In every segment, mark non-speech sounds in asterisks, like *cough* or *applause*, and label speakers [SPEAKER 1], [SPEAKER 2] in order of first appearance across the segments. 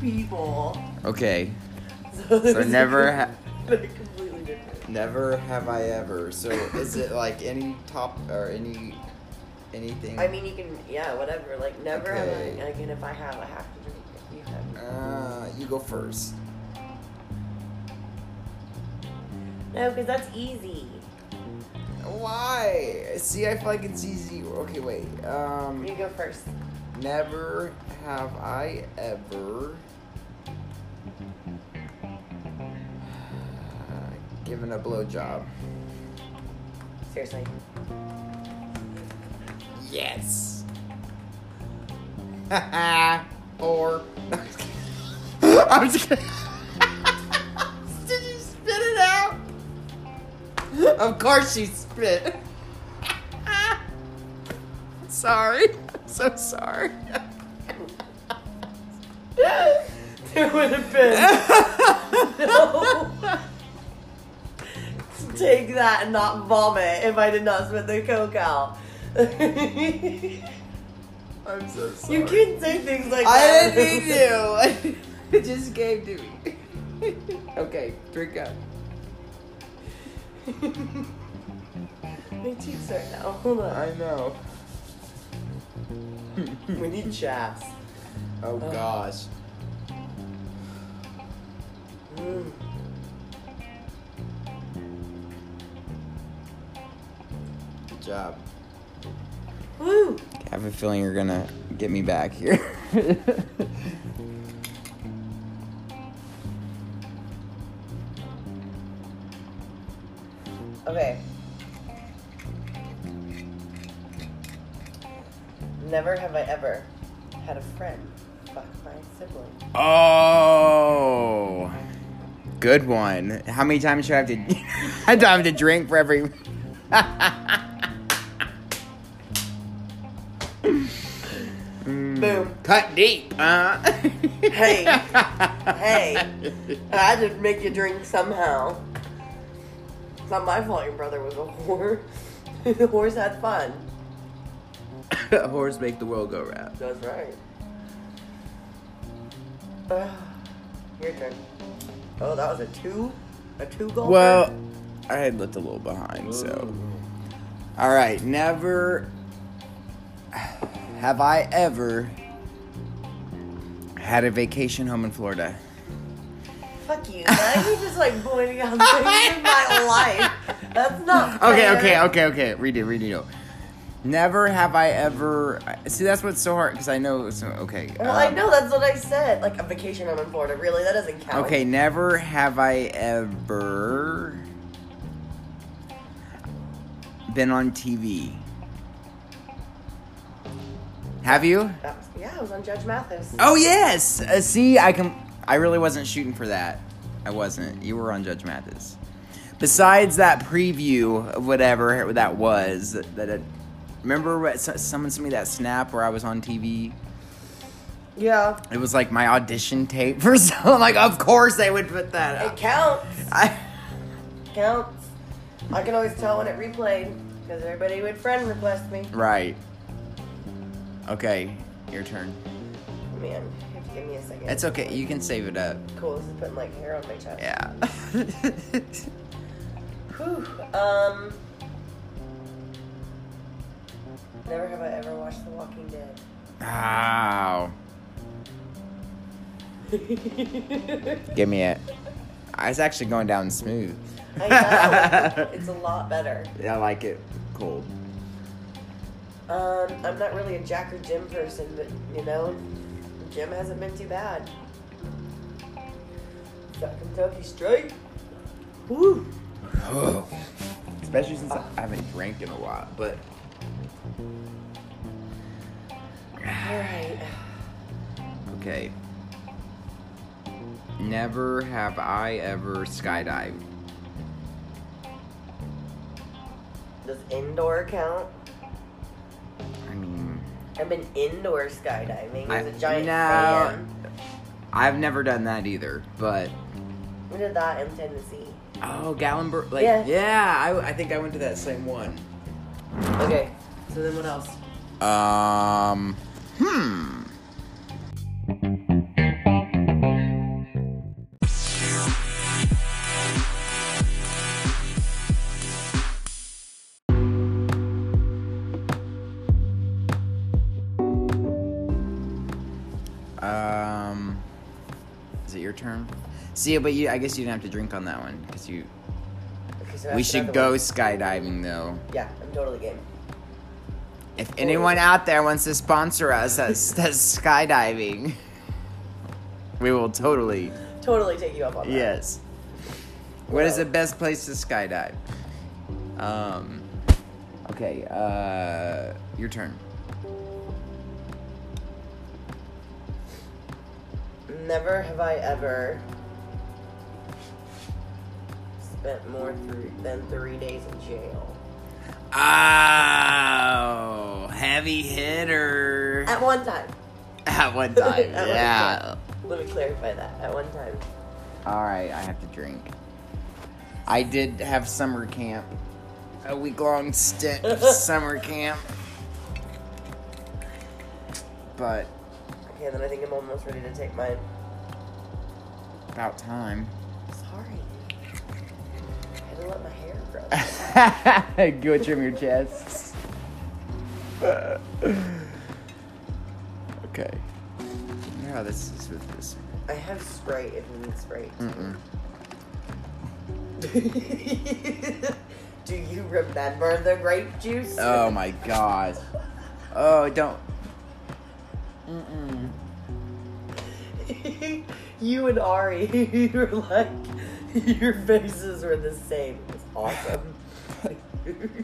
[SPEAKER 1] people. *laughs*
[SPEAKER 2] Okay.
[SPEAKER 1] So
[SPEAKER 2] So
[SPEAKER 1] *laughs*
[SPEAKER 2] never, ha-
[SPEAKER 1] completely different.
[SPEAKER 2] never have I ever. So is it like any top or any, anything?
[SPEAKER 1] I mean, you can, yeah, whatever. Like, never have
[SPEAKER 2] Okay.
[SPEAKER 1] I, like, and if I have, I have to drink it. You have
[SPEAKER 2] Uh, you go first.
[SPEAKER 1] No, because that's easy.
[SPEAKER 2] Why? See, I feel like it's easy. Okay, wait. Um,
[SPEAKER 1] You go first.
[SPEAKER 2] Never have I ever *sighs* given a blowjob.
[SPEAKER 1] Seriously. *laughs*
[SPEAKER 2] Yes. *laughs* or *laughs* I'm just kidding. Did you spit it out? *laughs* Of course she spit. *laughs* sorry. I'm so
[SPEAKER 1] *laughs*
[SPEAKER 2] sorry.
[SPEAKER 1] there would have been. No. Take that and not vomit if I did not spit the coke out. *laughs*
[SPEAKER 2] I'm so sorry.
[SPEAKER 1] you can say things like
[SPEAKER 2] *laughs* I
[SPEAKER 1] that. *laughs*
[SPEAKER 2] didn't need to. *laughs* it just came to me. okay, drink up.
[SPEAKER 1] *laughs* My cheeks hurt now. Hold on.
[SPEAKER 2] know.
[SPEAKER 1] We need chaps.
[SPEAKER 2] *laughs* Oh gosh.
[SPEAKER 1] Mm.
[SPEAKER 2] Good job.
[SPEAKER 1] Woo!
[SPEAKER 2] I have a feeling you're gonna get me back here. *laughs*
[SPEAKER 1] Okay. Never have I ever had a friend fuck my sibling.
[SPEAKER 2] oh. Good one. How many times should I have to *laughs* I don't have to drink for every
[SPEAKER 1] Mm. Boom.
[SPEAKER 2] cut deep, uh. huh?
[SPEAKER 1] Hey. Hey. I had to make you drink somehow. It's not my fault your brother was a whore. *laughs* the whores had fun.
[SPEAKER 2] *laughs* Whores make the world go round.
[SPEAKER 1] That's right. *sighs* Ugh. your turn. Oh, that was a two? A two goal?
[SPEAKER 2] Well, I had left a little behind, so. All right, never have I ever had a vacation home in Florida.
[SPEAKER 1] Fuck you. Why are you just like pointing out things in my life? That's not
[SPEAKER 2] *laughs* Okay,
[SPEAKER 1] fair.
[SPEAKER 2] okay, okay, okay. Redo, redo. Never have I ever. See, that's what's so hard because I know. So, okay.
[SPEAKER 1] Well, I
[SPEAKER 2] um,
[SPEAKER 1] know that's what I said. Like a vacation home in Florida. Really, that doesn't count.
[SPEAKER 2] Okay, never have I ever been on TV. Have you?
[SPEAKER 1] That was- yeah, I was on Judge Mathis.
[SPEAKER 2] Oh yes. Uh, see, I can. I really wasn't shooting for that. I wasn't. You were on Judge Mathis. Besides that preview of whatever that was, that, that remember what, so- someone sent me that snap where I was on TV.
[SPEAKER 1] Yeah,
[SPEAKER 2] It was like my audition tape *laughs* for something. Like, of course they would put that
[SPEAKER 1] it
[SPEAKER 2] up.
[SPEAKER 1] counts.
[SPEAKER 2] I,
[SPEAKER 1] Counts. I can always tell when it replayed because everybody would friend request me.
[SPEAKER 2] right. Okay, your turn.
[SPEAKER 1] Man, you have to give me a second.
[SPEAKER 2] It's okay. You can save it up.
[SPEAKER 1] cool. This is putting like hair on my chest.
[SPEAKER 2] Yeah. *laughs*
[SPEAKER 1] Whew. Um. Never have I ever watched The Walking Dead.
[SPEAKER 2] Ow. Give me it. Ah, It's actually going down smooth.
[SPEAKER 1] I
[SPEAKER 2] *laughs*
[SPEAKER 1] know. it's a lot better.
[SPEAKER 2] I like it cold.
[SPEAKER 1] Um, I'm not really a Jack or Jim person, but you know, Jim hasn't been too bad. Got Kentucky straight. Woo!
[SPEAKER 2] Especially since I haven't drank in a while. But
[SPEAKER 1] All right.
[SPEAKER 2] okay. Never have I ever skydived.
[SPEAKER 1] Does indoor count?
[SPEAKER 2] I mean,
[SPEAKER 1] I've been indoor skydiving.
[SPEAKER 2] I-
[SPEAKER 1] There's a giant
[SPEAKER 2] no.
[SPEAKER 1] fan.
[SPEAKER 2] I've never done that either. But
[SPEAKER 1] We did that in Tennessee.
[SPEAKER 2] oh, Gallenberg. Like
[SPEAKER 1] Yeah.
[SPEAKER 2] yeah, I, I think I went to that same one.
[SPEAKER 1] Okay. So then what else?
[SPEAKER 2] Um, Hmm. Um, is it your turn? See, but you, I guess you didn't have to drink on that one because you.
[SPEAKER 1] Okay, so
[SPEAKER 2] we
[SPEAKER 1] that's
[SPEAKER 2] should
[SPEAKER 1] another
[SPEAKER 2] go
[SPEAKER 1] one.
[SPEAKER 2] skydiving though.
[SPEAKER 1] Yeah, I'm totally game.
[SPEAKER 2] If anyone out there wants to sponsor us, *laughs* that's, that's skydiving. We will totally.
[SPEAKER 1] Totally take you up on that.
[SPEAKER 2] Yes. What is
[SPEAKER 1] Well-
[SPEAKER 2] the best place to skydive? Um. Okay. Uh, your turn.
[SPEAKER 1] Never have I ever spent more three, than three days in jail.
[SPEAKER 2] Oh, heavy hitter.
[SPEAKER 1] At one time.
[SPEAKER 2] *laughs*
[SPEAKER 1] *laughs*
[SPEAKER 2] At one time.
[SPEAKER 1] At one
[SPEAKER 2] yeah.
[SPEAKER 1] time. Let me clarify that. At one time.
[SPEAKER 2] All right, I have to drink. I did have summer camp, a week long stint of summer camp. But
[SPEAKER 1] Okay, then I think I'm almost ready to take mine.
[SPEAKER 2] about time. *laughs*
[SPEAKER 1] Sorry. I had to let my hair
[SPEAKER 2] *laughs*
[SPEAKER 1] grow.
[SPEAKER 2] Go trim your chest. okay. No, this is with this.
[SPEAKER 1] I have spray if you need spray.
[SPEAKER 2] Mm-mm.
[SPEAKER 1] *laughs* Do you remember the grape juice?
[SPEAKER 2] Oh my god. Oh, don't. Mm-mm.
[SPEAKER 1] *laughs* you and Ari, *laughs* you were like, your faces were the same. It's awesome. *laughs*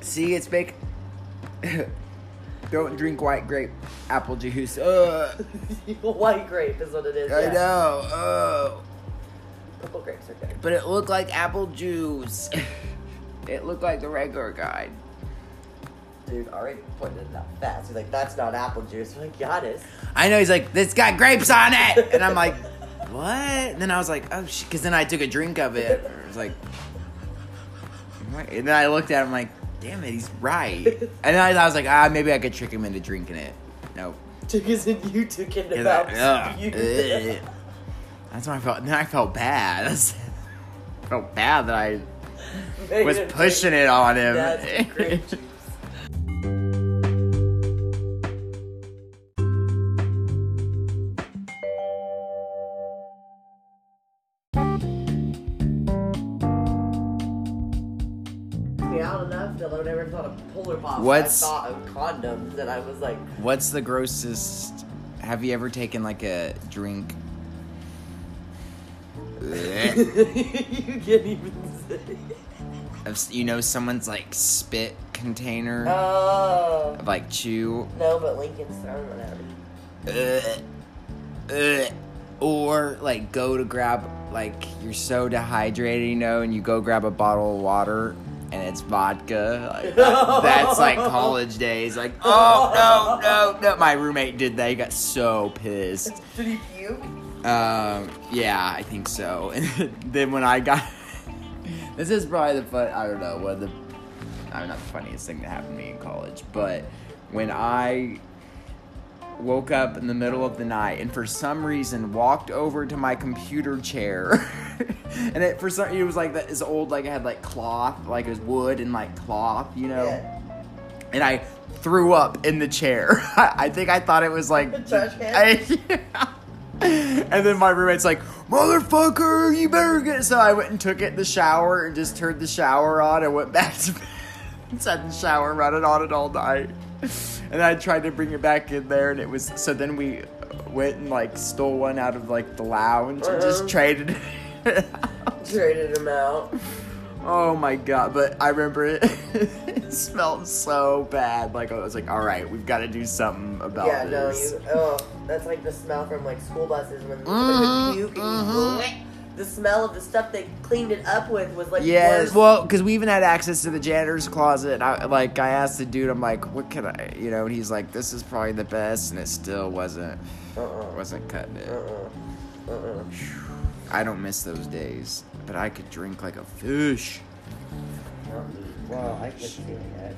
[SPEAKER 2] See, it's big. *coughs* Don't drink white grape apple juice. Ugh,
[SPEAKER 1] White grape is what it is.
[SPEAKER 2] I
[SPEAKER 1] yeah.
[SPEAKER 2] know. Ugh.
[SPEAKER 1] Purple grapes are good.
[SPEAKER 2] But it looked like apple juice. *laughs* it looked like the regular kind.
[SPEAKER 1] Dude, Ari pointed it out fast. He's like, that's not apple juice. I'm like, yeah, it is.
[SPEAKER 2] I know he's like, it's got grapes on it, and I'm like, *laughs* what? And then I was like, oh, because then I took a drink of it. I was like, what? and then I looked at him like, damn it, he's right. And then I, I was like, ah, maybe I could trick him into drinking it. Nope.
[SPEAKER 1] Took his *laughs* and you took it
[SPEAKER 2] He's
[SPEAKER 1] about
[SPEAKER 2] like, "Ugh,
[SPEAKER 1] *laughs* you.
[SPEAKER 2] *laughs* ugh." That's when I felt. Then I felt bad. *laughs* I felt bad that I
[SPEAKER 1] Made
[SPEAKER 2] was
[SPEAKER 1] him drink
[SPEAKER 2] pushing it on him.
[SPEAKER 1] That's
[SPEAKER 2] *laughs*
[SPEAKER 1] grape juice. Me out enough that I never thought of polar pops.
[SPEAKER 2] What's-
[SPEAKER 1] I thought of condoms, and I was like, *laughs*
[SPEAKER 2] What's the grossest? Have you ever taken like a *laughs* drink? Blech.
[SPEAKER 1] you can't even say.
[SPEAKER 2] Of s- you know, someone's like spit container
[SPEAKER 1] Uh, Oh
[SPEAKER 2] of like chew,
[SPEAKER 1] no, but Lincoln's throwing one at me.
[SPEAKER 2] Blech. Blech. uh, or like go to grab like you're so dehydrated, you know, and you go grab a bottle of water and it's vodka. Like, that- that's like college days. Like, oh no, no, no! My roommate did that. He got so pissed.
[SPEAKER 1] Did he puke?
[SPEAKER 2] Um, yeah, I think so. *laughs* And then when I got, *laughs* this is probably the fun. I don't know what the, I'm not the funniest thing that happened to me in college, but when I woke up in the middle of the night and for some reason walked over to my computer chair. *laughs* And it for some it was like that is old like it had like cloth like it was wood and like cloth you know
[SPEAKER 1] Yeah.
[SPEAKER 2] and I threw up in the chair. *laughs* I think I thought it was like
[SPEAKER 1] The trash can?
[SPEAKER 2] I- *laughs* and then my roommate's like, "Motherfucker, you better get." So I went and took it in the shower and just turned the shower on and went back to *laughs* bed. Sat in the shower, running on it all night. And I tried to bring it back in there, and it was so. Then we went and like stole one out of like the lounge and just
[SPEAKER 1] Uh-huh.
[SPEAKER 2] traded. it. *laughs*
[SPEAKER 1] Traded him out.
[SPEAKER 2] Oh my god, but I remember it, *laughs* it smelled so bad. Like I was like, all right, we've got to do something about
[SPEAKER 1] Yeah, no,
[SPEAKER 2] this.
[SPEAKER 1] you. Oh, that's like the smell from like school buses when
[SPEAKER 2] Mhm,
[SPEAKER 1] they puke and you
[SPEAKER 2] mhm.
[SPEAKER 1] blew it. The smell of the stuff they cleaned it up with was like
[SPEAKER 2] yes,
[SPEAKER 1] worse.
[SPEAKER 2] well, because we even had access to the janitor's closet. And I, like I asked the dude, I'm like, what can I, you know? And he's like, this is probably the best, and it still wasn't
[SPEAKER 1] Uh-uh,
[SPEAKER 2] wasn't cutting it.
[SPEAKER 1] uh-uh, uh-uh.
[SPEAKER 2] I don't miss those days, but I could drink like a fish.
[SPEAKER 1] Well, I could see it.